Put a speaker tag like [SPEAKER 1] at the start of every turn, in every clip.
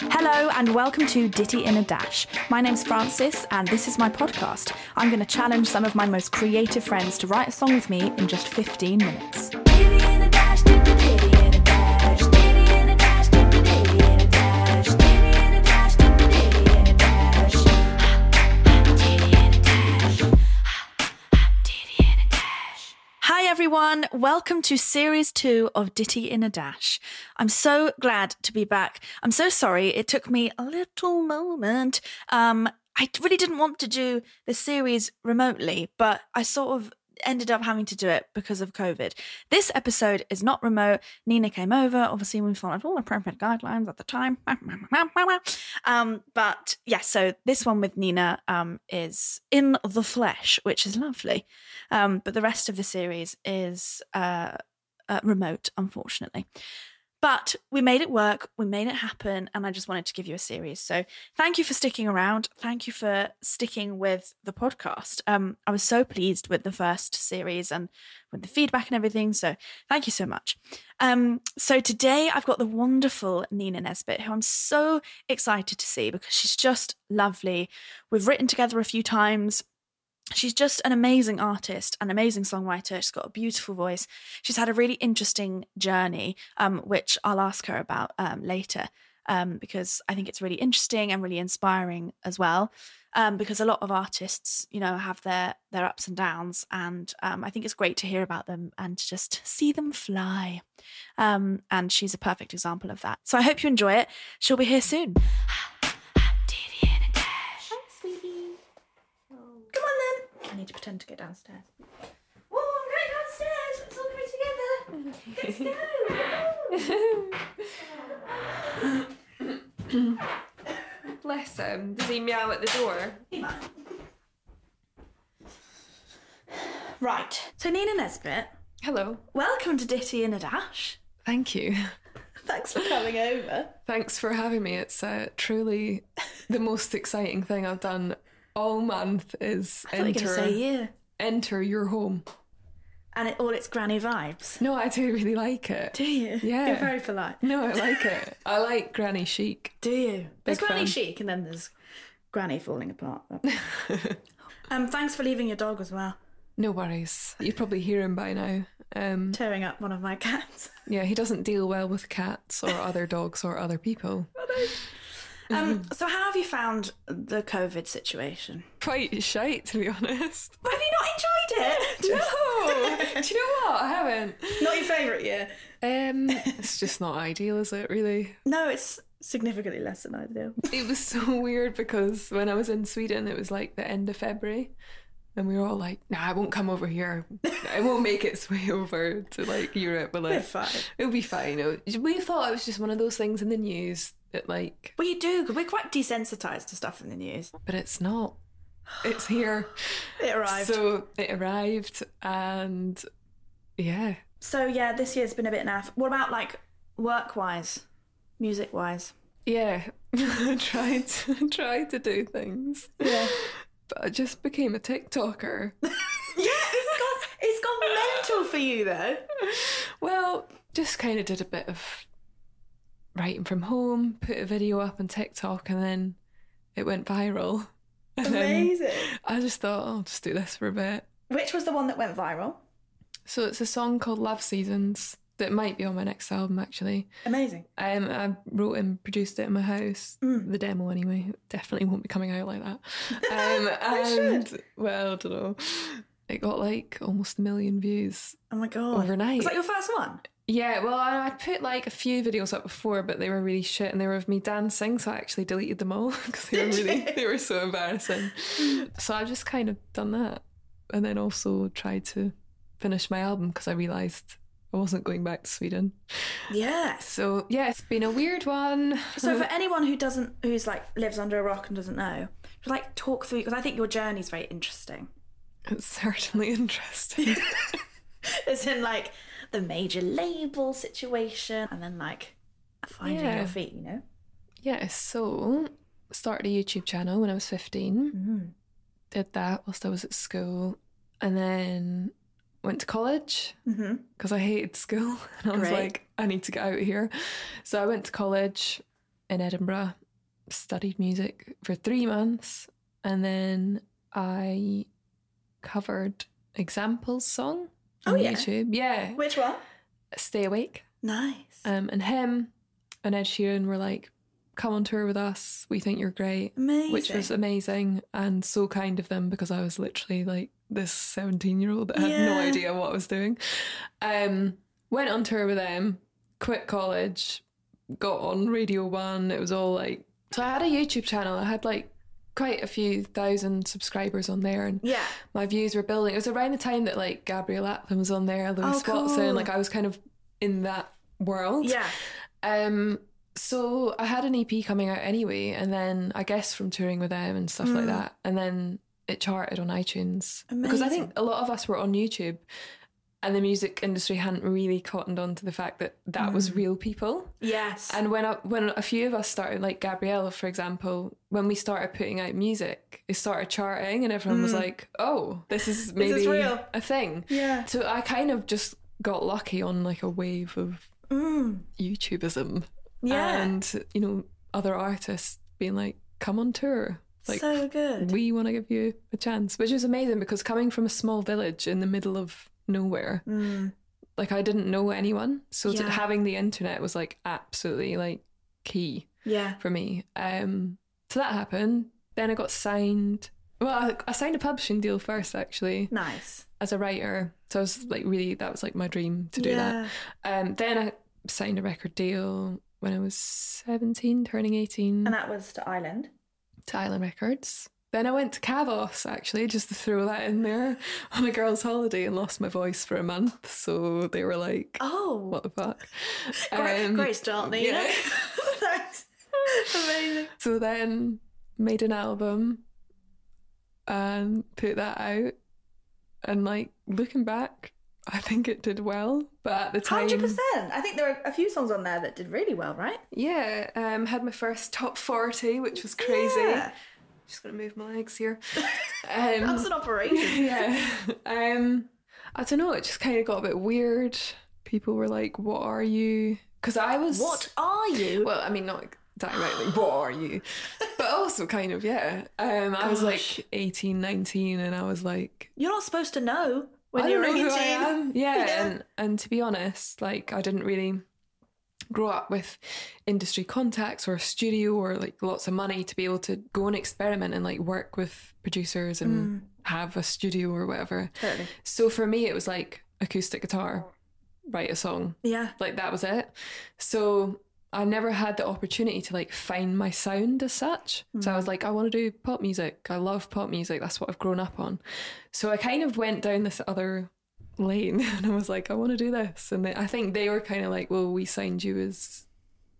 [SPEAKER 1] Hello and welcome to Ditty in a Dash. My name's Francis and this is my podcast. I'm going to challenge some of my most creative friends to write a song with me in just 15 minutes.
[SPEAKER 2] Diddy in a dash, diddy diddy in a dash, diddy in a dash, diddy diddy in a dash, diddy in a dash, diddy diddy in a dash, diddy in a dash, diddy in a dash.
[SPEAKER 1] Hi everyone, welcome to series two of Ditty in a Dash. I'm so glad to be back. I'm so sorry it took me a little moment. Um, I really didn't want to do the series remotely, but I sort of ended up having to do it because of COVID. This episode is not remote. Nina came over. Obviously, we followed all appropriate guidelines at the time. Um, but yeah, so this one with Nina um, is in the flesh, which is lovely. Um, but the rest of the series is uh, uh, remote, unfortunately. But we made it work, we made it happen, and I just wanted to give you a series. So thank you for sticking around. Thank you for sticking with the podcast. Um, I was so pleased with the first series and with the feedback and everything. So thank you so much. Um, so today I've got the wonderful Nina Nesbitt, who I'm so excited to see because she's just lovely. We've written together a few times. She's just an amazing artist, an amazing songwriter. She's got a beautiful voice. She's had a really interesting journey, um, which I'll ask her about um, later um, because I think it's really interesting and really inspiring as well. Um, because a lot of artists, you know, have their their ups and downs, and um, I think it's great to hear about them and to just see them fly. Um, and she's a perfect example of that. So I hope you enjoy it. She'll be here soon.
[SPEAKER 2] Diddy in a dash.
[SPEAKER 1] Come on then. I need to pretend to go downstairs. Oh, I'm going downstairs. Let's all go together.
[SPEAKER 3] Bless him. Does he meow at the door?
[SPEAKER 1] Right. So Nina Nesbitt,
[SPEAKER 3] Hello.
[SPEAKER 1] welcome to Ditty in a Dash.
[SPEAKER 3] Thank you.
[SPEAKER 1] Thanks for coming over.
[SPEAKER 3] Thanks for having me. It's uh, truly the most exciting thing I've done all month is
[SPEAKER 1] I thought you were going to
[SPEAKER 3] enter
[SPEAKER 1] say year.
[SPEAKER 3] enter your home.
[SPEAKER 1] And it, all its granny vibes.
[SPEAKER 3] No, I do really like it.
[SPEAKER 1] Do you?
[SPEAKER 3] Yeah.
[SPEAKER 1] You're very polite.
[SPEAKER 3] No, I like it. I like Granny Chic.
[SPEAKER 1] Do you? There's granny
[SPEAKER 3] fan.
[SPEAKER 1] chic and then there's granny falling apart. um, thanks for leaving your dog as well.
[SPEAKER 3] No worries. You probably hear him by now. Um,
[SPEAKER 1] Tearing up one of my cats.
[SPEAKER 3] yeah, he doesn't deal well with cats or other dogs or other people.
[SPEAKER 1] Um, so how have you found the COVID situation?
[SPEAKER 3] Quite shite, to be honest.
[SPEAKER 1] Have you not enjoyed it?
[SPEAKER 3] No, do you know what? I haven't.
[SPEAKER 1] not your favourite year.
[SPEAKER 3] Um, it's just not ideal, is it? Really?
[SPEAKER 1] No, it's significantly less than ideal.
[SPEAKER 3] It was so weird because when I was in Sweden, it was like the end of February, and we were all like, "Nah, I won't come over here. I won't make its way over to like Europe." But
[SPEAKER 1] We're
[SPEAKER 3] like,
[SPEAKER 1] fine.
[SPEAKER 3] it'll be fine. It was- We thought it was just one of those things in the news that like,
[SPEAKER 1] Well, you do. We're quite desensitised to stuff in the news.
[SPEAKER 3] but it's not. It's here.
[SPEAKER 1] It arrived. So,
[SPEAKER 3] So it arrived, and yeah,
[SPEAKER 1] yeah, this year's been a bit naff. What about like work-wise, music-wise?
[SPEAKER 3] yeah. I tried to, tried to do things,
[SPEAKER 1] Yeah,
[SPEAKER 3] but I just became a TikToker.
[SPEAKER 1] yeah. It's gone. It's gone mental for you though.
[SPEAKER 3] Well, just kind of did a bit of writing from home, put a video up on TikTok, and then it went viral. And then
[SPEAKER 1] Amazing.
[SPEAKER 3] I just thought, "Oh, I'll just do this for a bit.
[SPEAKER 1] Which was the one that went viral?
[SPEAKER 3] So it's a song called Love Seasons that might be on my next album, actually.
[SPEAKER 1] Amazing.
[SPEAKER 3] Um, I wrote and produced it in my house,
[SPEAKER 1] Mm.
[SPEAKER 3] the demo anyway. Definitely won't be coming out like that. Um, and, well, I don't know. It got like almost a million views
[SPEAKER 1] Oh my god.
[SPEAKER 3] overnight.
[SPEAKER 1] Was that your first one?
[SPEAKER 3] Yeah, well, I I'd put like a few videos up before, but they were really shit, and they were of me dancing, so I actually deleted them all because they were
[SPEAKER 1] Did
[SPEAKER 3] really
[SPEAKER 1] you?
[SPEAKER 3] they were so embarrassing. so I've just kind of done that, and then also tried to finish my album because I realised I wasn't going back to Sweden.
[SPEAKER 1] Yes.
[SPEAKER 3] So yeah, it's been a weird one.
[SPEAKER 1] So for anyone who doesn't, who's like lives under a rock and doesn't know, just like talk through because I think your journey's very interesting.
[SPEAKER 3] It's certainly interesting.
[SPEAKER 1] As in like the major label situation and then like finding
[SPEAKER 3] Yeah.
[SPEAKER 1] your feet, you know?
[SPEAKER 3] yeah, so started a YouTube channel when I was fifteen.
[SPEAKER 2] Mm-hmm.
[SPEAKER 1] Mm.
[SPEAKER 3] Did that whilst I was at school, and then went to college.
[SPEAKER 2] Mm-hmm.
[SPEAKER 1] hmm
[SPEAKER 3] because I hated school and I was
[SPEAKER 1] Great.
[SPEAKER 3] like, I need to get out of here. So I went to college in Edinburgh, studied music for three months, and then I covered Examples song on
[SPEAKER 2] Oh, yeah.
[SPEAKER 3] YouTube. Yeah.
[SPEAKER 2] Which one?
[SPEAKER 3] Stay Awake.
[SPEAKER 2] Nice.
[SPEAKER 3] Um, and him and Ed Sheeran were like, come on tour with us. We think you're great.
[SPEAKER 2] Amazing.
[SPEAKER 3] Which was amazing and so kind of them because I was literally like this 17 year old that had
[SPEAKER 2] Yeah.
[SPEAKER 3] no idea what I was doing. Um, went on tour with them, quit college, got on Radio One. It was all like, so I had a YouTube channel. I had like quite a few thousand subscribers on there and
[SPEAKER 2] yeah.
[SPEAKER 3] my views were building. It was around the time that like Gabrielle Aplin was on there, Louis
[SPEAKER 2] Oh,
[SPEAKER 3] Watson.
[SPEAKER 2] cool.
[SPEAKER 3] Like I was kind of in that world.
[SPEAKER 2] Yeah.
[SPEAKER 3] Um, so I had an EP coming out anyway, and then I guess from touring with them and stuff like
[SPEAKER 2] Mm.
[SPEAKER 3] that, and then it charted on iTunes because I think
[SPEAKER 2] Amazing.
[SPEAKER 3] a lot of us were on YouTube, and the music industry hadn't really cottoned on to the fact that that was
[SPEAKER 2] Mm.
[SPEAKER 3] real people.
[SPEAKER 2] Yes.
[SPEAKER 3] And when I, when a few of us started, like Gabrielle, for example, when we started putting out music, it started charting, and everyone was
[SPEAKER 2] Mm.
[SPEAKER 3] like, "Oh, this is
[SPEAKER 2] This
[SPEAKER 3] maybe
[SPEAKER 2] is real."
[SPEAKER 3] a thing."
[SPEAKER 2] yeah.
[SPEAKER 3] So I kind of just got lucky on like a wave of
[SPEAKER 2] Mm.
[SPEAKER 3] YouTubism
[SPEAKER 2] Yeah.
[SPEAKER 3] and you know other artists being like come on tour like
[SPEAKER 2] so good.
[SPEAKER 3] we want to give you a chance which is amazing because coming from a small village in the middle of nowhere
[SPEAKER 2] Mm.
[SPEAKER 3] like i didn't know anyone so to-
[SPEAKER 2] Yeah.
[SPEAKER 3] having the internet was like absolutely like key
[SPEAKER 2] Yeah.
[SPEAKER 3] for me um so that happened then i got signed well I, I signed a publishing deal first actually
[SPEAKER 2] Nice.
[SPEAKER 3] as a writer so i was like really that was like my dream to do that um, then I signed a record deal when I was 17, turning 18
[SPEAKER 2] And that was to Ireland.
[SPEAKER 3] to Island Records. Then I went to Cavos, actually, just to throw that in there on a girl's holiday and lost my voice for a month. So they were like,
[SPEAKER 2] Oh.
[SPEAKER 3] what the fuck?
[SPEAKER 2] Great,
[SPEAKER 3] Um,
[SPEAKER 2] great start there. you
[SPEAKER 3] yeah.
[SPEAKER 2] know? Thanks. Amazing.
[SPEAKER 3] So then made an album and put that out. And like looking back, I think it did well. But at the time,
[SPEAKER 2] Hundred percent. I think there are a few songs on there that did really well, right?
[SPEAKER 3] Yeah, um, had my first top forty, which was crazy.
[SPEAKER 2] Yeah.
[SPEAKER 3] Just gonna move my legs here.
[SPEAKER 2] That was
[SPEAKER 3] Um,
[SPEAKER 2] an operation.
[SPEAKER 3] yeah. Um, I don't know. It just kind of got a bit weird. People were like, "What are you?" Because I was
[SPEAKER 2] What are you?
[SPEAKER 3] Well, I mean, not directly. what are you? But also kind of yeah. Um, I was
[SPEAKER 2] Gosh.
[SPEAKER 3] like 18, 19, and I was like,
[SPEAKER 2] You're not supposed to know when
[SPEAKER 3] I
[SPEAKER 2] you're
[SPEAKER 3] don't know
[SPEAKER 2] 18.
[SPEAKER 3] who I am. Yeah,
[SPEAKER 2] Yeah.
[SPEAKER 3] And, and to be honest, like I didn't really grow up with industry contacts or a studio or like lots of money to be able to go and experiment and like work with producers
[SPEAKER 2] Mm. Hmm.
[SPEAKER 3] and have a studio or whatever.
[SPEAKER 2] Totally.
[SPEAKER 3] So for me, it was like acoustic guitar, write a song,
[SPEAKER 2] Yeah.
[SPEAKER 3] like that was it. So I never had the opportunity to like find my sound as such. So I was like, I want to do pop music. I love pop music. That's what I've grown up on. So I kind of went down this other lane and I was like, I want to do this. And they, I think they were kind of like, well, we signed you as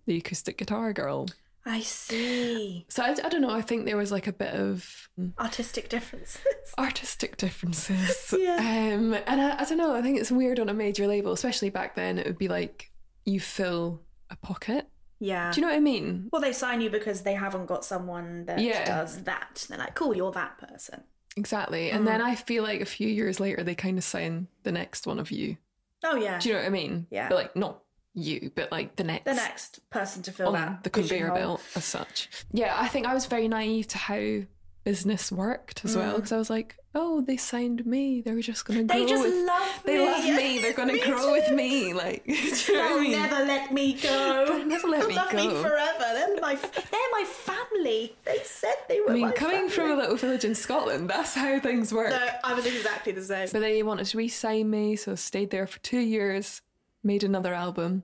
[SPEAKER 3] the acoustic guitar girl.
[SPEAKER 2] I see.
[SPEAKER 3] So I, I don't know. I think there was like a bit of
[SPEAKER 2] Artistic differences.
[SPEAKER 3] artistic differences.
[SPEAKER 2] Yeah.
[SPEAKER 3] Um, and I, I don't know. I think it's weird on a major label, especially back then. It would be like you fill a pocket.
[SPEAKER 2] Yeah.
[SPEAKER 3] Do you know what I mean?
[SPEAKER 2] well, they sign you because they haven't got someone that
[SPEAKER 3] Yeah.
[SPEAKER 2] does that. They're like, cool, you're that person.
[SPEAKER 3] Exactly. And
[SPEAKER 2] Mm-hmm.
[SPEAKER 3] then I feel like a few years later, they kind of sign the next one of you.
[SPEAKER 2] Oh yeah.
[SPEAKER 3] Do you know what I mean?
[SPEAKER 2] Yeah.
[SPEAKER 3] But like not you, but like the next.
[SPEAKER 2] the next person to fill
[SPEAKER 3] on
[SPEAKER 2] that
[SPEAKER 3] the conveyor
[SPEAKER 2] pigeonhole.
[SPEAKER 3] belt as such. Yeah, I think I was very naive to how business worked as well because I was like, oh, they signed me. They were just going to grow
[SPEAKER 2] Mm. They just
[SPEAKER 3] with
[SPEAKER 2] love me.
[SPEAKER 3] They love me. They're going to grow with me. Like, do you know what I
[SPEAKER 2] They'll
[SPEAKER 3] mean?
[SPEAKER 2] never let me go.
[SPEAKER 3] They'll never let
[SPEAKER 2] They'll
[SPEAKER 3] me
[SPEAKER 2] love me
[SPEAKER 3] go.
[SPEAKER 2] forever. They're my, they're my family. They said they were
[SPEAKER 3] I mean,
[SPEAKER 2] my
[SPEAKER 3] coming from a
[SPEAKER 2] family.
[SPEAKER 3] little village in Scotland, that's how things work.
[SPEAKER 2] No, I was exactly the same.
[SPEAKER 3] But they wanted to re-sign me, so I stayed there for two years, made another album.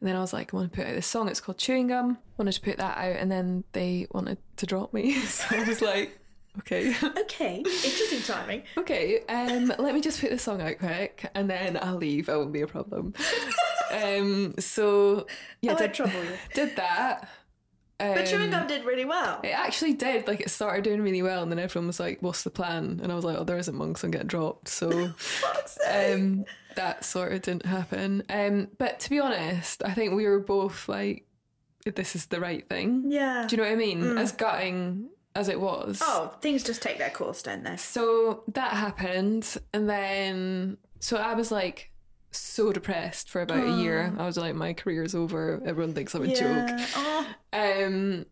[SPEAKER 3] And then I was like, I want to put out this song, it's called Chewing Gum. Wanted to put that out, and then they wanted to drop me. So I was like, okay.
[SPEAKER 2] Okay, interesting timing.
[SPEAKER 3] Okay, um, let me just put this song out quick and then I'll leave. It won't be a problem. um, so, yeah,
[SPEAKER 2] Oh, I won't
[SPEAKER 3] did,
[SPEAKER 2] trouble you.
[SPEAKER 3] did that.
[SPEAKER 2] But chewing
[SPEAKER 3] Um,
[SPEAKER 2] gum did really well.
[SPEAKER 3] It actually did. Like, it started doing really well, and then everyone was like, What's the plan? And I was like, Oh, there isn't monks, I'm getting dropped. So,
[SPEAKER 2] Fuck's sake.
[SPEAKER 3] um, that sort of didn't happen. Um, but to be honest, I think we were both like, This is the right thing.
[SPEAKER 2] yeah. Mm.
[SPEAKER 3] Do you know what I mean? As gutting as it was.
[SPEAKER 2] oh, things just take their course, don't they?
[SPEAKER 3] So that happened, and then so I was like
[SPEAKER 2] Mm.
[SPEAKER 3] so depressed for about a year. I was like, my career's over. Everyone thinks I'm a joke.
[SPEAKER 2] Oh,
[SPEAKER 3] Um,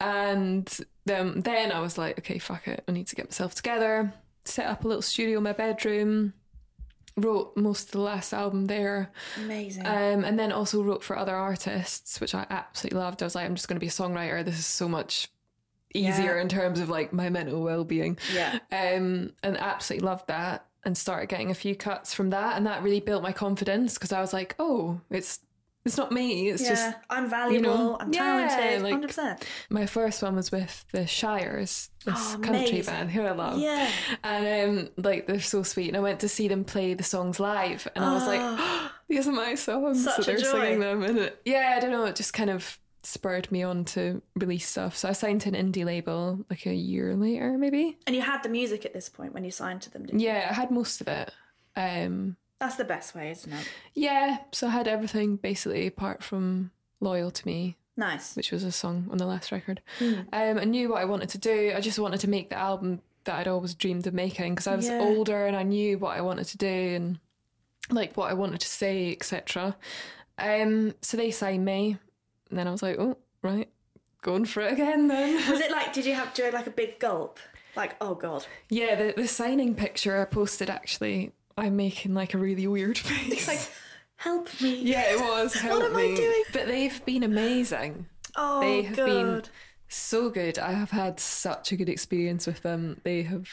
[SPEAKER 3] and then, then I was like, okay, fuck it. I need to get myself together. Set up a little studio in my bedroom. Wrote most of the last album there.
[SPEAKER 2] Amazing.
[SPEAKER 3] Um, and then also wrote for other artists, which I absolutely loved. I was like, I'm just going to be a songwriter. This is so much easier
[SPEAKER 2] Yeah.
[SPEAKER 3] in terms of like my mental well being.
[SPEAKER 2] yeah.
[SPEAKER 3] Um, and absolutely loved that and started getting a few cuts from that. And that really built my confidence because I was like, oh, it's it's not me. It's
[SPEAKER 2] yeah.
[SPEAKER 3] just
[SPEAKER 2] I'm valuable. I'm
[SPEAKER 3] yeah,
[SPEAKER 2] talented.
[SPEAKER 3] like-
[SPEAKER 2] 100%.
[SPEAKER 3] my first one was with the Shires, this
[SPEAKER 2] Oh,
[SPEAKER 3] country
[SPEAKER 2] amazing.
[SPEAKER 3] band who I love.
[SPEAKER 2] Yeah.
[SPEAKER 3] And um, like they're so sweet. And I went to see them play the songs live, and I was like, "These are my songs."
[SPEAKER 2] Ah. Such
[SPEAKER 3] so
[SPEAKER 2] a
[SPEAKER 3] they're
[SPEAKER 2] joy.
[SPEAKER 3] singing them, and it, yeah, I don't know. It just kind of spurred me on to release stuff. So I signed to an indie label like a year later, maybe.
[SPEAKER 2] And you had the music at this point when you signed to them, didn't you?
[SPEAKER 3] Yeah, I had most of it. Um,
[SPEAKER 2] That's the best way, isn't it?
[SPEAKER 3] yeah, so I had everything basically apart from "Loyal to Me,"
[SPEAKER 2] Nice.
[SPEAKER 3] which was a song on the last record.
[SPEAKER 2] Hmm.
[SPEAKER 3] Um, I knew what I wanted to do. I just wanted to make the album that I'd always dreamed of making because I was
[SPEAKER 2] Yeah.
[SPEAKER 3] older and I knew what I wanted to do and like what I wanted to say, etc. Um, so they signed me, and then I was like, oh, right, going for it again then.
[SPEAKER 2] Was it like, did you have to do like a big gulp? Like, oh God.
[SPEAKER 3] yeah, the, the signing picture I posted actually. I'm making like a really weird face.
[SPEAKER 2] Like, help me.
[SPEAKER 3] yeah, it was. Help
[SPEAKER 2] am I
[SPEAKER 3] me.
[SPEAKER 2] doing?
[SPEAKER 3] But they've been amazing.
[SPEAKER 2] Oh,
[SPEAKER 3] they have
[SPEAKER 2] God.
[SPEAKER 3] been so good. I have had such a good experience with them. They have,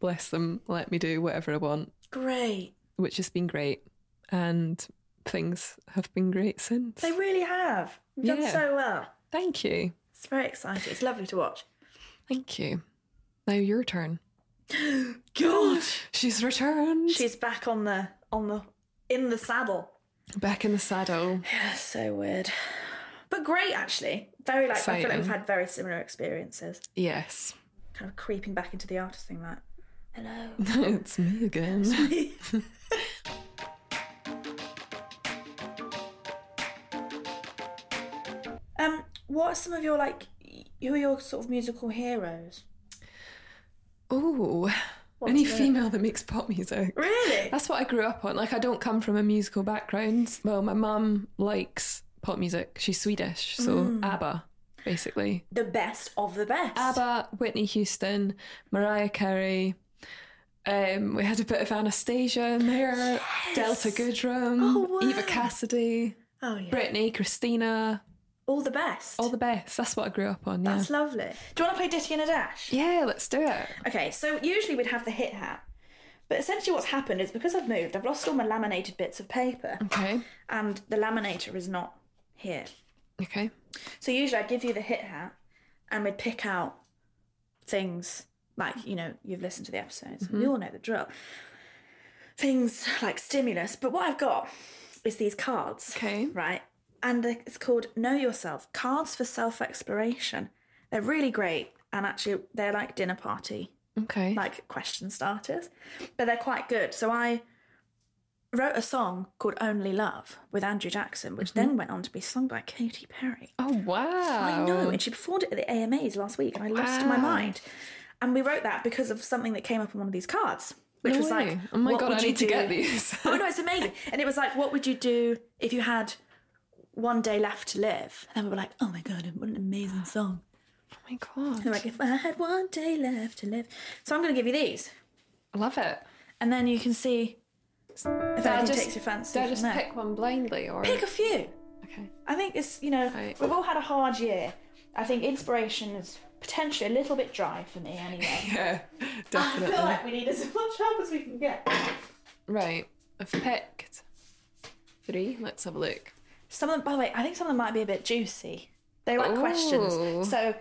[SPEAKER 3] bless them, let me do whatever I want,
[SPEAKER 2] Great.
[SPEAKER 3] which has been great. And things have been great since.
[SPEAKER 2] They really have. You've done
[SPEAKER 3] Yeah.
[SPEAKER 2] so well.
[SPEAKER 3] Thank you.
[SPEAKER 2] It's very exciting. It's lovely to watch.
[SPEAKER 3] Thank you. Now your turn.
[SPEAKER 2] God.
[SPEAKER 3] She's returned.
[SPEAKER 2] She's back on the, on the, in the saddle.
[SPEAKER 3] back in the saddle.
[SPEAKER 2] Yeah, so weird. But great, actually. Very like, I feel like
[SPEAKER 3] Exciting.
[SPEAKER 2] we've had very similar experiences.
[SPEAKER 3] Yes.
[SPEAKER 2] Kind of creeping back into the artist thing, like, hello.
[SPEAKER 3] it's me again.
[SPEAKER 2] um, what are some of your like? y- Who are your sort of musical heroes?
[SPEAKER 3] Oh, any female that makes pop music.
[SPEAKER 2] Really?
[SPEAKER 3] That's what I grew up on. Like, I don't come from a musical background. Well, my mum likes pop music. She's Swedish, so
[SPEAKER 2] Mm.
[SPEAKER 3] ABBA, basically.
[SPEAKER 2] The best of the best.
[SPEAKER 3] ABBA, Whitney Houston, Mariah Carey. Um, we had a bit of Anastasia in there, Delta Goodrum,
[SPEAKER 2] Oh,
[SPEAKER 3] Eva
[SPEAKER 2] wow.
[SPEAKER 3] Cassidy,
[SPEAKER 2] Oh yeah.
[SPEAKER 3] Britney, Christina,
[SPEAKER 2] All the best.
[SPEAKER 3] all the best. That's what I grew up on. Yeah,
[SPEAKER 2] That's lovely. Do you want to play Ditty in a Dash?
[SPEAKER 3] yeah. Let's do it.
[SPEAKER 2] Okay, so usually we'd have the hit hat. But essentially, what's happened is because I've moved, I've lost all my laminated bits of paper,
[SPEAKER 3] Okay,
[SPEAKER 2] and the laminator is not here.
[SPEAKER 3] okay.
[SPEAKER 2] So usually I'd give you the hit hat and we'd pick out things like, you know, you've listened to the episodes. We all know the drill. Things like stimulus. But what I've got is these cards.
[SPEAKER 3] Okay.
[SPEAKER 2] Right? And the- it's called Know Yourself Cards for Self Exploration. They're really great. And actually, they're like dinner party,
[SPEAKER 3] Okay.
[SPEAKER 2] like question starters, but they're quite good. So I wrote a song called Only Love with Andrew Jackson, which
[SPEAKER 3] Mm-hmm.
[SPEAKER 2] then went on to be sung by Katy Perry.
[SPEAKER 3] oh wow.
[SPEAKER 2] I know, and she performed it at the AMAs last week, and I lost my
[SPEAKER 3] Oh. Wow.
[SPEAKER 2] mind. And we wrote that because of something that came up on one of these cards, which
[SPEAKER 3] No
[SPEAKER 2] was
[SPEAKER 3] way.
[SPEAKER 2] like,
[SPEAKER 3] oh my
[SPEAKER 2] what
[SPEAKER 3] god, I
[SPEAKER 2] would
[SPEAKER 3] need
[SPEAKER 2] you
[SPEAKER 3] to get
[SPEAKER 2] do-
[SPEAKER 3] these.
[SPEAKER 2] Oh no, it's amazing. And it was like, what would you do if you had one day left to live? And we were like, oh my god, what an amazing song.
[SPEAKER 3] Oh my god.
[SPEAKER 2] And like, if I had one day left to live, so I'm going to give you these,
[SPEAKER 3] I love it.
[SPEAKER 2] and then you can see if
[SPEAKER 3] Did I
[SPEAKER 2] anything
[SPEAKER 3] just-
[SPEAKER 2] takes your fancy.
[SPEAKER 3] Did I
[SPEAKER 2] from
[SPEAKER 3] just
[SPEAKER 2] there.
[SPEAKER 3] pick one blindly or
[SPEAKER 2] pick a few.
[SPEAKER 3] Okay.
[SPEAKER 2] I think it's you know
[SPEAKER 3] Right.
[SPEAKER 2] we've all had a hard year. I think inspiration is potentially a little bit dry for me anyway.
[SPEAKER 3] Yeah,
[SPEAKER 2] I feel like we need as much help as we can get.
[SPEAKER 3] right. I've picked three. Let's have a look.
[SPEAKER 2] Some of them, by the way, I think some of them might be a bit juicy. They're like
[SPEAKER 3] Ooh.
[SPEAKER 2] questions, so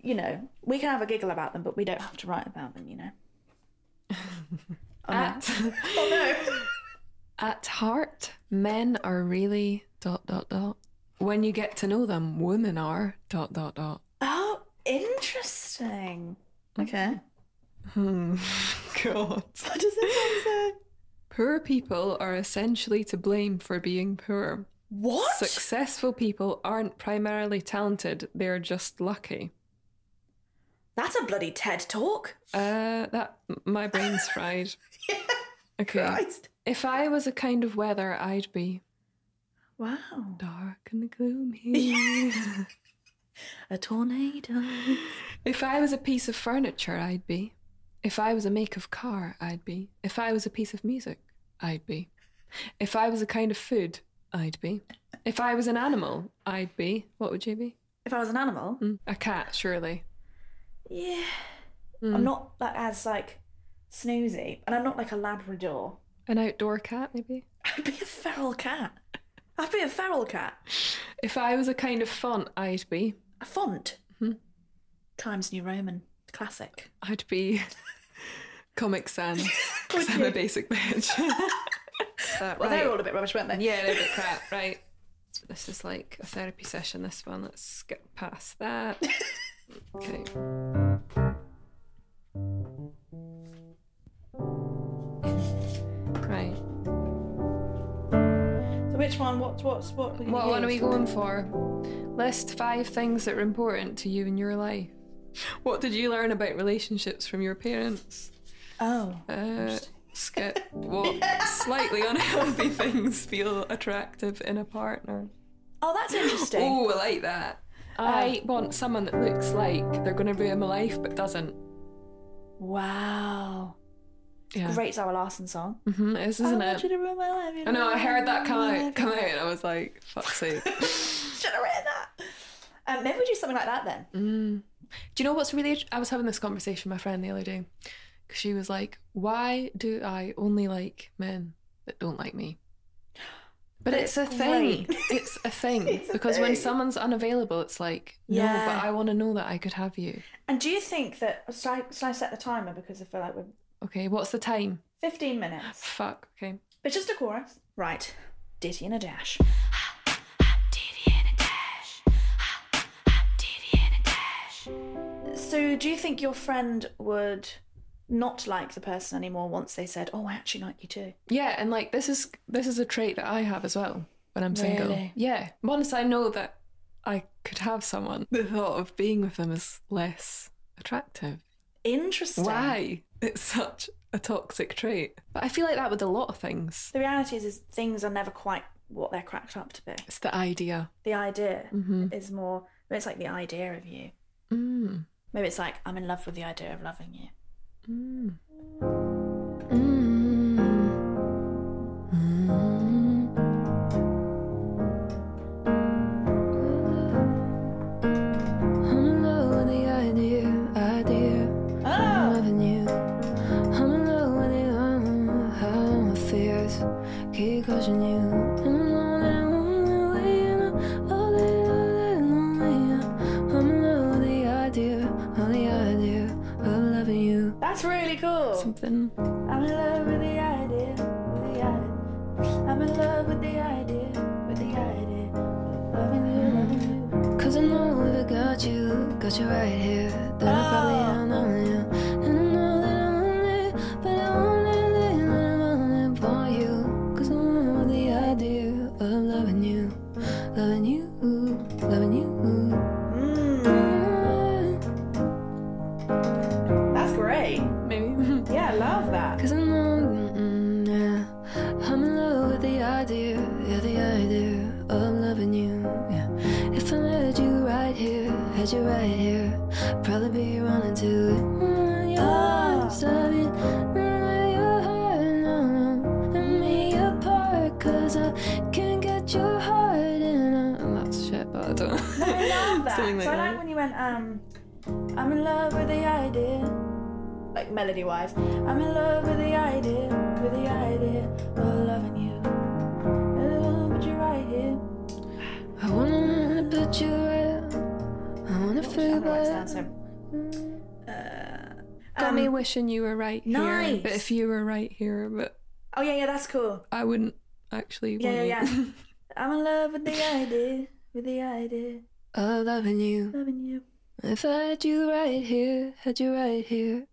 [SPEAKER 2] you know we can have a giggle about them, but we don't have to write about them. You know.
[SPEAKER 3] At
[SPEAKER 2] Oh no.
[SPEAKER 3] at heart, men are really dot dot dot. When you get to know them, women are dot dot dot.
[SPEAKER 2] oh, interesting.
[SPEAKER 3] Mm.
[SPEAKER 2] Okay.
[SPEAKER 3] Hmm. God.
[SPEAKER 2] What does this one say?
[SPEAKER 3] Poor people are essentially to blame for being poor.
[SPEAKER 2] What?
[SPEAKER 3] Successful people aren't primarily talented; they're just lucky.
[SPEAKER 2] That's a bloody TED talk.
[SPEAKER 3] Uh, that my brain's fried. Okay.
[SPEAKER 2] Christ.
[SPEAKER 3] If I was a kind of weather, I'd be
[SPEAKER 2] Wow.
[SPEAKER 3] dark and gloomy.
[SPEAKER 2] a tornado.
[SPEAKER 3] If I was a piece of furniture, I'd be. If I was a make of car, I'd be. If I was a piece of music, I'd be. If I was a kind of food, I'd be. If I was an animal, I'd be. What would you be?
[SPEAKER 2] If I was an animal,
[SPEAKER 3] Mm, A cat, surely.
[SPEAKER 2] yeah,
[SPEAKER 3] Mm,
[SPEAKER 2] I'm not like as like snoozy, and I'm not like a Labrador.
[SPEAKER 3] An outdoor cat, maybe.
[SPEAKER 2] I'd be a feral cat. I'd be a feral cat.
[SPEAKER 3] If I was a kind of font, I'd be.
[SPEAKER 2] A font.
[SPEAKER 3] Mhm.
[SPEAKER 2] Times New Roman classic.
[SPEAKER 3] I'd be. Comic Sans. 'cause I'm a basic bitch. But,
[SPEAKER 2] Well,
[SPEAKER 3] right.
[SPEAKER 2] they're all a bit rubbish, weren't they?
[SPEAKER 3] Yeah, they're a bit crap, right? This is like a therapy session, this one. Let's skip past that. Okay. Right.
[SPEAKER 2] So which one? What? What's what? we gonna
[SPEAKER 3] What one are we
[SPEAKER 2] use?
[SPEAKER 3] going for? List five things that are important to you in your life. What did you learn about relationships from your parents?
[SPEAKER 2] Oh,
[SPEAKER 3] Uh, skip. What slightly unhealthy things feel attractive in a partner?
[SPEAKER 2] oh, that's interesting.
[SPEAKER 3] Oh, I like that. I want someone that looks like they're going to ruin my life but doesn't.
[SPEAKER 2] Wow.
[SPEAKER 3] Yeah.
[SPEAKER 2] Great Zara Larson song.
[SPEAKER 3] hmm It is, isn't
[SPEAKER 2] I want you
[SPEAKER 3] it?
[SPEAKER 2] to ruin my life. you
[SPEAKER 3] I know, I heard that come
[SPEAKER 2] ruin my
[SPEAKER 3] out, come out, and I was like, fuck's sake.
[SPEAKER 2] life. Should have written that. Um, maybe we do something like that then.
[SPEAKER 3] Mm. Do you know what's really. I was having this conversation with my friend the other day because she was like, why do I only like men that don't like me? But it's a thing.
[SPEAKER 2] Great.
[SPEAKER 3] It's a thing.
[SPEAKER 2] It's a
[SPEAKER 3] because when
[SPEAKER 2] thing.
[SPEAKER 3] someone's unavailable, it's like, no,
[SPEAKER 2] Yeah.
[SPEAKER 3] but I want to know that I could have you.
[SPEAKER 2] And do you think that should I, should I set the timer because I feel like we're
[SPEAKER 3] Okay, what's the time?
[SPEAKER 2] 15 minutes,
[SPEAKER 3] Fuck, okay.
[SPEAKER 2] but just a chorus. Right. Ditty and a dash. So, do you think your friend would not like the person anymore once they said, "Oh, I actually like you too"?
[SPEAKER 3] Yeah, and like this is this is a trait that I have as well when I'm single.
[SPEAKER 2] Really?
[SPEAKER 3] Yeah. Once I know that I could have someone, the thought of being with them is less attractive.
[SPEAKER 2] Interesting.
[SPEAKER 3] Why? It's such a toxic trait. But I feel like that with a lot of things.
[SPEAKER 2] The reality is, is things are never quite what they're cracked up to be.
[SPEAKER 3] It's the idea.
[SPEAKER 2] The idea
[SPEAKER 3] Mm-hmm.
[SPEAKER 2] is more. It's like the idea of you.
[SPEAKER 3] Mm.
[SPEAKER 2] Maybe it's like I'm in love with the idea of loving you.
[SPEAKER 3] Mm. Mm. Mm. I'm in love with the idea, idea. I'm
[SPEAKER 2] Oh,
[SPEAKER 3] loving you. I'm in love with you. I don't have fears. Keep crushing you. I'm in love with you. I'm in love with you. I'm all day, all day lonely. I'm in love with the idea, of the idea of loving you.
[SPEAKER 2] that's really cool.
[SPEAKER 3] Something.
[SPEAKER 2] I'm in love with the idea, with the idea. I'm in love with the idea, with the idea. Loving you, loving you.
[SPEAKER 4] Cause I know if I got you, got you right here, then I probably
[SPEAKER 2] Oh.
[SPEAKER 4] am on you. And I know that I'm on it, but I won't let it when I'm on it for you. Cause I'm on with the idea of loving you, loving you, loving you.
[SPEAKER 2] Mm, that's great.
[SPEAKER 3] Maybe.
[SPEAKER 2] Yeah, I love that.
[SPEAKER 4] Cause I know, mm, yeah, I'm in love with the idea, yeah, the idea of loving you, yeah. If I had you right here, had you right here, I'd probably be running to it. Mm, your heart's loving, mm, your heart, no, no, and me apart, cause I can't get your heart in.
[SPEAKER 3] And that's shit, but I don't
[SPEAKER 2] No, I love that.
[SPEAKER 3] Something like
[SPEAKER 2] so I
[SPEAKER 3] that.
[SPEAKER 2] like when you went, um, I'm in love with the idea. Like melody wise, I'm in love with the idea, with the idea of loving you. Oh, but you're right here.
[SPEAKER 4] I wanna put you right, I wanna
[SPEAKER 2] I
[SPEAKER 4] feel
[SPEAKER 2] don't know why it
[SPEAKER 4] bad.
[SPEAKER 2] sounds so. Uh,
[SPEAKER 3] Got
[SPEAKER 2] um,
[SPEAKER 3] me wishing you were right here.
[SPEAKER 2] nice.
[SPEAKER 3] But if you were right here, but
[SPEAKER 2] oh yeah, yeah, that's cool.
[SPEAKER 3] I wouldn't actually
[SPEAKER 2] Yeah,
[SPEAKER 3] want
[SPEAKER 2] yeah,
[SPEAKER 3] you.
[SPEAKER 2] I'm in love with the idea, with the idea,
[SPEAKER 4] Of uh, loving you.
[SPEAKER 2] loving you.
[SPEAKER 4] If I had you right here, had you right here,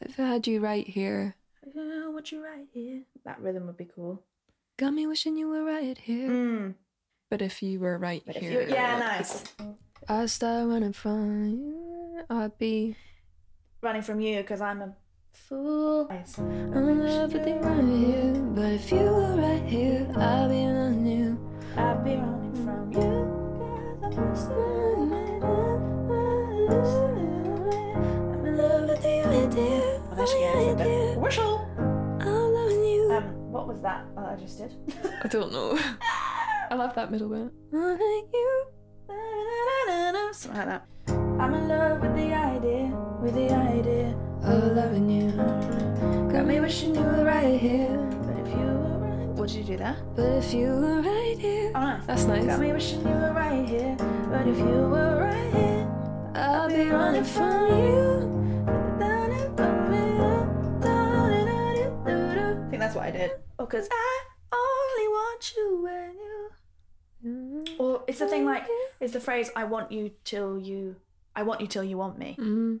[SPEAKER 3] if I had you right here,
[SPEAKER 2] Oh, what you right here? That rhythm would be cool.
[SPEAKER 4] got me wishing you were right here.
[SPEAKER 2] Mm.
[SPEAKER 3] but if you were right
[SPEAKER 2] But if
[SPEAKER 3] here.
[SPEAKER 2] you, yeah, nice.
[SPEAKER 4] I'd start running from you. I'd be
[SPEAKER 2] Running from you because I'm a fool. Nice.
[SPEAKER 4] I'm in love with you right here. But if you were right here, I'd be on you.
[SPEAKER 2] I'll be running from you. 'cause I'm a fool. commercial.
[SPEAKER 4] I'm loving you.
[SPEAKER 2] Um, what was that uh, I just did?
[SPEAKER 3] I don't know. I love that middle bit.
[SPEAKER 4] Loving you.
[SPEAKER 2] Something like that. I'm in love with the idea, with the idea.
[SPEAKER 4] Oh, loving you. Got me wishing you were right here.
[SPEAKER 2] But if you were right, what did you do there?
[SPEAKER 4] But if you were right here,
[SPEAKER 2] Oh, nice.
[SPEAKER 3] That's nice.
[SPEAKER 2] Got me wishing you were right here, but if you were right here.
[SPEAKER 4] I'll be running from you.
[SPEAKER 2] I think that's what I did. Oh, because I only want you when you. Or it's the thing like, it's the phrase, I want you till you, I want you till you want me. And
[SPEAKER 3] Mm.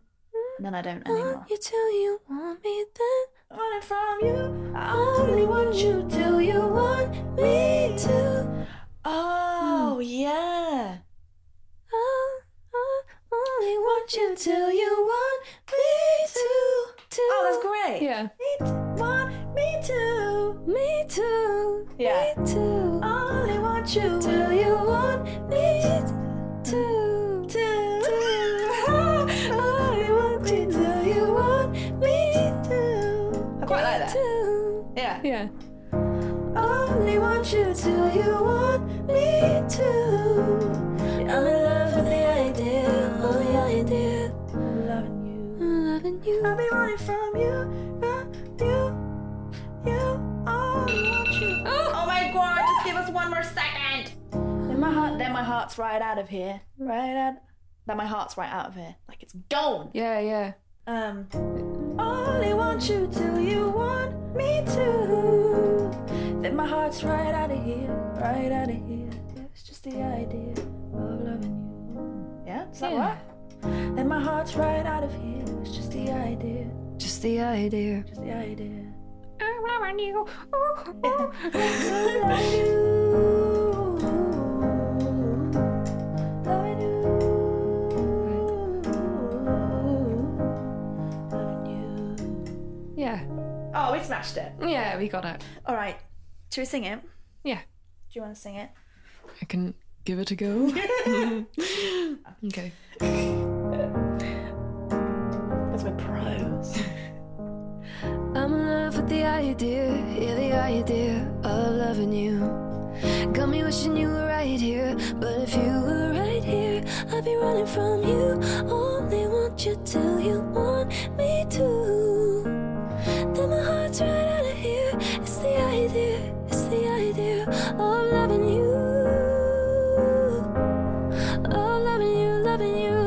[SPEAKER 2] then I don't anymore.
[SPEAKER 4] Want you till you want me, then
[SPEAKER 2] Running from you, I
[SPEAKER 4] only want you till you want me to.
[SPEAKER 2] Oh, yeah.
[SPEAKER 4] Oh, oh, only want you till you want me to. to.
[SPEAKER 2] Oh, that's great.
[SPEAKER 3] Yeah.
[SPEAKER 2] Me t- want me to.
[SPEAKER 4] Me too.
[SPEAKER 2] Yeah.
[SPEAKER 4] Me too.
[SPEAKER 2] Only want you
[SPEAKER 4] Till
[SPEAKER 2] to.
[SPEAKER 4] you want me to.
[SPEAKER 2] to.
[SPEAKER 4] Only want you till you want me to.
[SPEAKER 2] I quite like that.
[SPEAKER 4] To.
[SPEAKER 2] Yeah.
[SPEAKER 3] Yeah.
[SPEAKER 4] Only want you till you want me to. I'm in love with the idea, oh the idea.
[SPEAKER 2] Loving you.
[SPEAKER 4] I'm loving
[SPEAKER 2] I'll
[SPEAKER 4] you.
[SPEAKER 2] be running from you, from you, you. Oh, I want you. Oh my god, just give us one more second. Then my heart, then my heart's right out of here. Right out. Then my heart's right out of here. Like it's gone.
[SPEAKER 3] Yeah, yeah.
[SPEAKER 2] Um. Only want you till you want me to. Then my heart's right out of here. Right out of here. It's just the idea of loving you. Yeah, does that
[SPEAKER 3] Yeah.
[SPEAKER 2] work? Then my heart's right out of here. It's just the idea.
[SPEAKER 4] Just the idea.
[SPEAKER 2] Just the idea.
[SPEAKER 3] I want you.
[SPEAKER 2] Loving you. Loving you. Loving you.
[SPEAKER 3] Yeah.
[SPEAKER 2] Oh, we smashed it.
[SPEAKER 3] Yeah, we got it.
[SPEAKER 2] All right. Should we sing it?
[SPEAKER 3] Yeah.
[SPEAKER 2] Do you want to sing it?
[SPEAKER 3] I can give it a go. okay.
[SPEAKER 2] Because we're pros.
[SPEAKER 4] I'm in love with the idea, yeah, the idea of loving you. Got me wishing you were right here, but if you were right here, I'd be running from you. Only want you till you want me to. Then my heart's right out of here. It's the idea, it's the idea of loving you. Of loving you, loving you.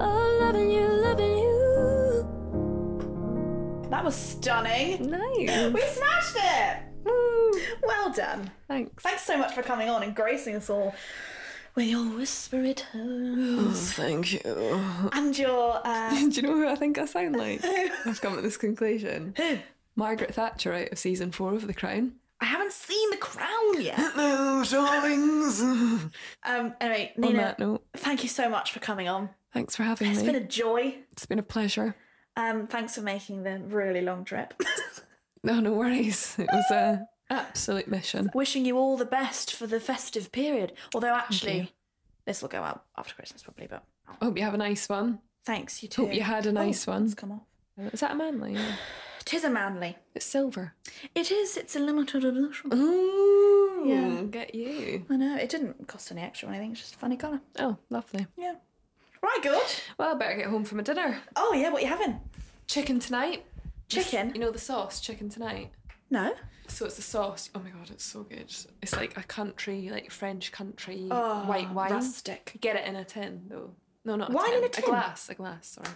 [SPEAKER 4] Of loving you, loving you.
[SPEAKER 2] That was stunning.
[SPEAKER 3] Nice.
[SPEAKER 2] We smashed it.
[SPEAKER 3] Woo.
[SPEAKER 2] Well done.
[SPEAKER 3] Thanks.
[SPEAKER 2] Thanks so much for coming on and gracing us all with your whispery tones
[SPEAKER 3] Thank you.
[SPEAKER 2] and your. Uh,
[SPEAKER 3] Do you know who I think I sound like? I've come to this conclusion. Margaret Thatcher out of season four of The Crown.
[SPEAKER 2] I haven't seen the crown yet.
[SPEAKER 3] Hello, darlings. on
[SPEAKER 2] Um. Anyway, Nina,
[SPEAKER 3] that note,
[SPEAKER 2] thank you so much for coming on.
[SPEAKER 3] thanks for having
[SPEAKER 2] It's
[SPEAKER 3] me.
[SPEAKER 2] been a joy.
[SPEAKER 3] it's been a pleasure.
[SPEAKER 2] Um. Thanks for making the really long trip.
[SPEAKER 3] No, no worries. It was a absolute mission.
[SPEAKER 2] Wishing you all the best for the festive period. Although,
[SPEAKER 3] you.
[SPEAKER 2] actually, this will go out after Christmas probably, but. oh,
[SPEAKER 3] Hope you have a nice one.
[SPEAKER 2] Thanks, you too.
[SPEAKER 3] Hope you had a nice one.
[SPEAKER 2] It's come off.
[SPEAKER 3] Is that a manly? Yeah.
[SPEAKER 2] Tis a manly.
[SPEAKER 3] It's silver.
[SPEAKER 2] It is. It's a limited edition.
[SPEAKER 3] Ooh,
[SPEAKER 2] Yeah.
[SPEAKER 3] get you.
[SPEAKER 2] I know. It didn't cost any extra or anything. It's just a funny colour.
[SPEAKER 3] Oh, lovely.
[SPEAKER 2] Yeah. Right, good.
[SPEAKER 3] Well, I better get home for my dinner.
[SPEAKER 2] Oh yeah. What you having?
[SPEAKER 3] Chicken tonight. You
[SPEAKER 2] Chicken?
[SPEAKER 3] know the sauce, chicken tonight.
[SPEAKER 2] No.
[SPEAKER 3] So it's a sauce. Oh my god, it's so good. It's like a country, like French country
[SPEAKER 2] Oh,
[SPEAKER 3] white wine.
[SPEAKER 2] Rustic.
[SPEAKER 3] Get it in a tin though. No, not a
[SPEAKER 2] Wine
[SPEAKER 3] tin.
[SPEAKER 2] in a tin?
[SPEAKER 3] A glass. A glass. Sorry.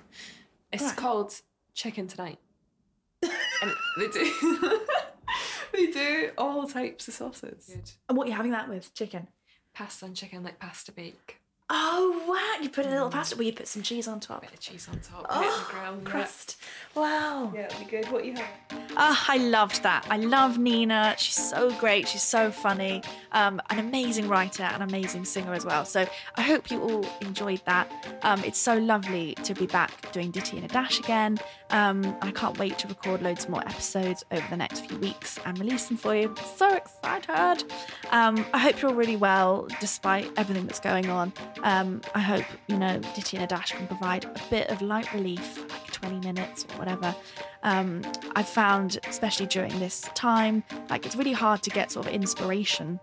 [SPEAKER 3] It's
[SPEAKER 2] Right.
[SPEAKER 3] called chicken tonight. and they do. they do all types of sauces.
[SPEAKER 2] And what you having that with? Chicken.
[SPEAKER 3] Pasta and chicken, like pasta bake.
[SPEAKER 2] Oh wow! You put a little pasta. Well, you put some cheese on top.
[SPEAKER 3] Bit of cheese on top. bit of
[SPEAKER 2] Oh,
[SPEAKER 3] ground
[SPEAKER 2] crust. Wow.
[SPEAKER 3] Yeah, it'll be good. What you have?
[SPEAKER 2] Ah, I loved that. I love Nina. She's so great. She's so funny. Um, an amazing writer, an amazing singer as well. So I hope you all enjoyed that. Um, it's so lovely to be back doing Ditty in a Dash again. Um, I can't wait to record loads more episodes over the next few weeks and release them for you. So excited. Um, I hope you're all really well despite everything that's going on. Um, I hope, you know, Ditty in a Dash can provide a bit of light relief, like 20 minutes or whatever
[SPEAKER 1] um, I've found, especially during this time, like it's really hard to get sort of inspiration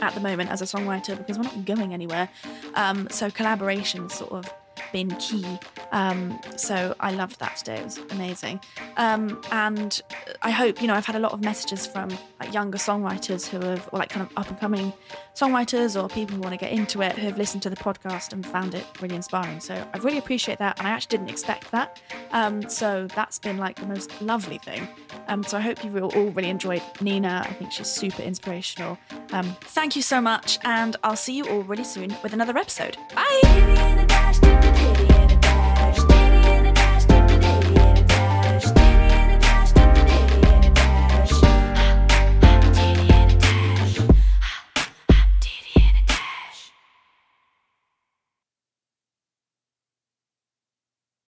[SPEAKER 1] at the moment as a songwriter because we're not going anywhere. Um, so collaboration's sort of been key. Um, so I loved that today. It was amazing. Um, and I hope, you know, I've had a lot of messages from like younger songwriters who have, or like kind of up and coming songwriters or people who want to get into it who have listened to the podcast and found it really inspiring. So I really appreciate that. And I actually didn't expect that. Um, so that's been like the most lovely thing. Um, so I hope you all all really enjoyed Nina. I think she's super inspirational. Um, thank you so much. And I'll see you all really soon with another episode. Bye.
[SPEAKER 4] Diddy in a dash, diddy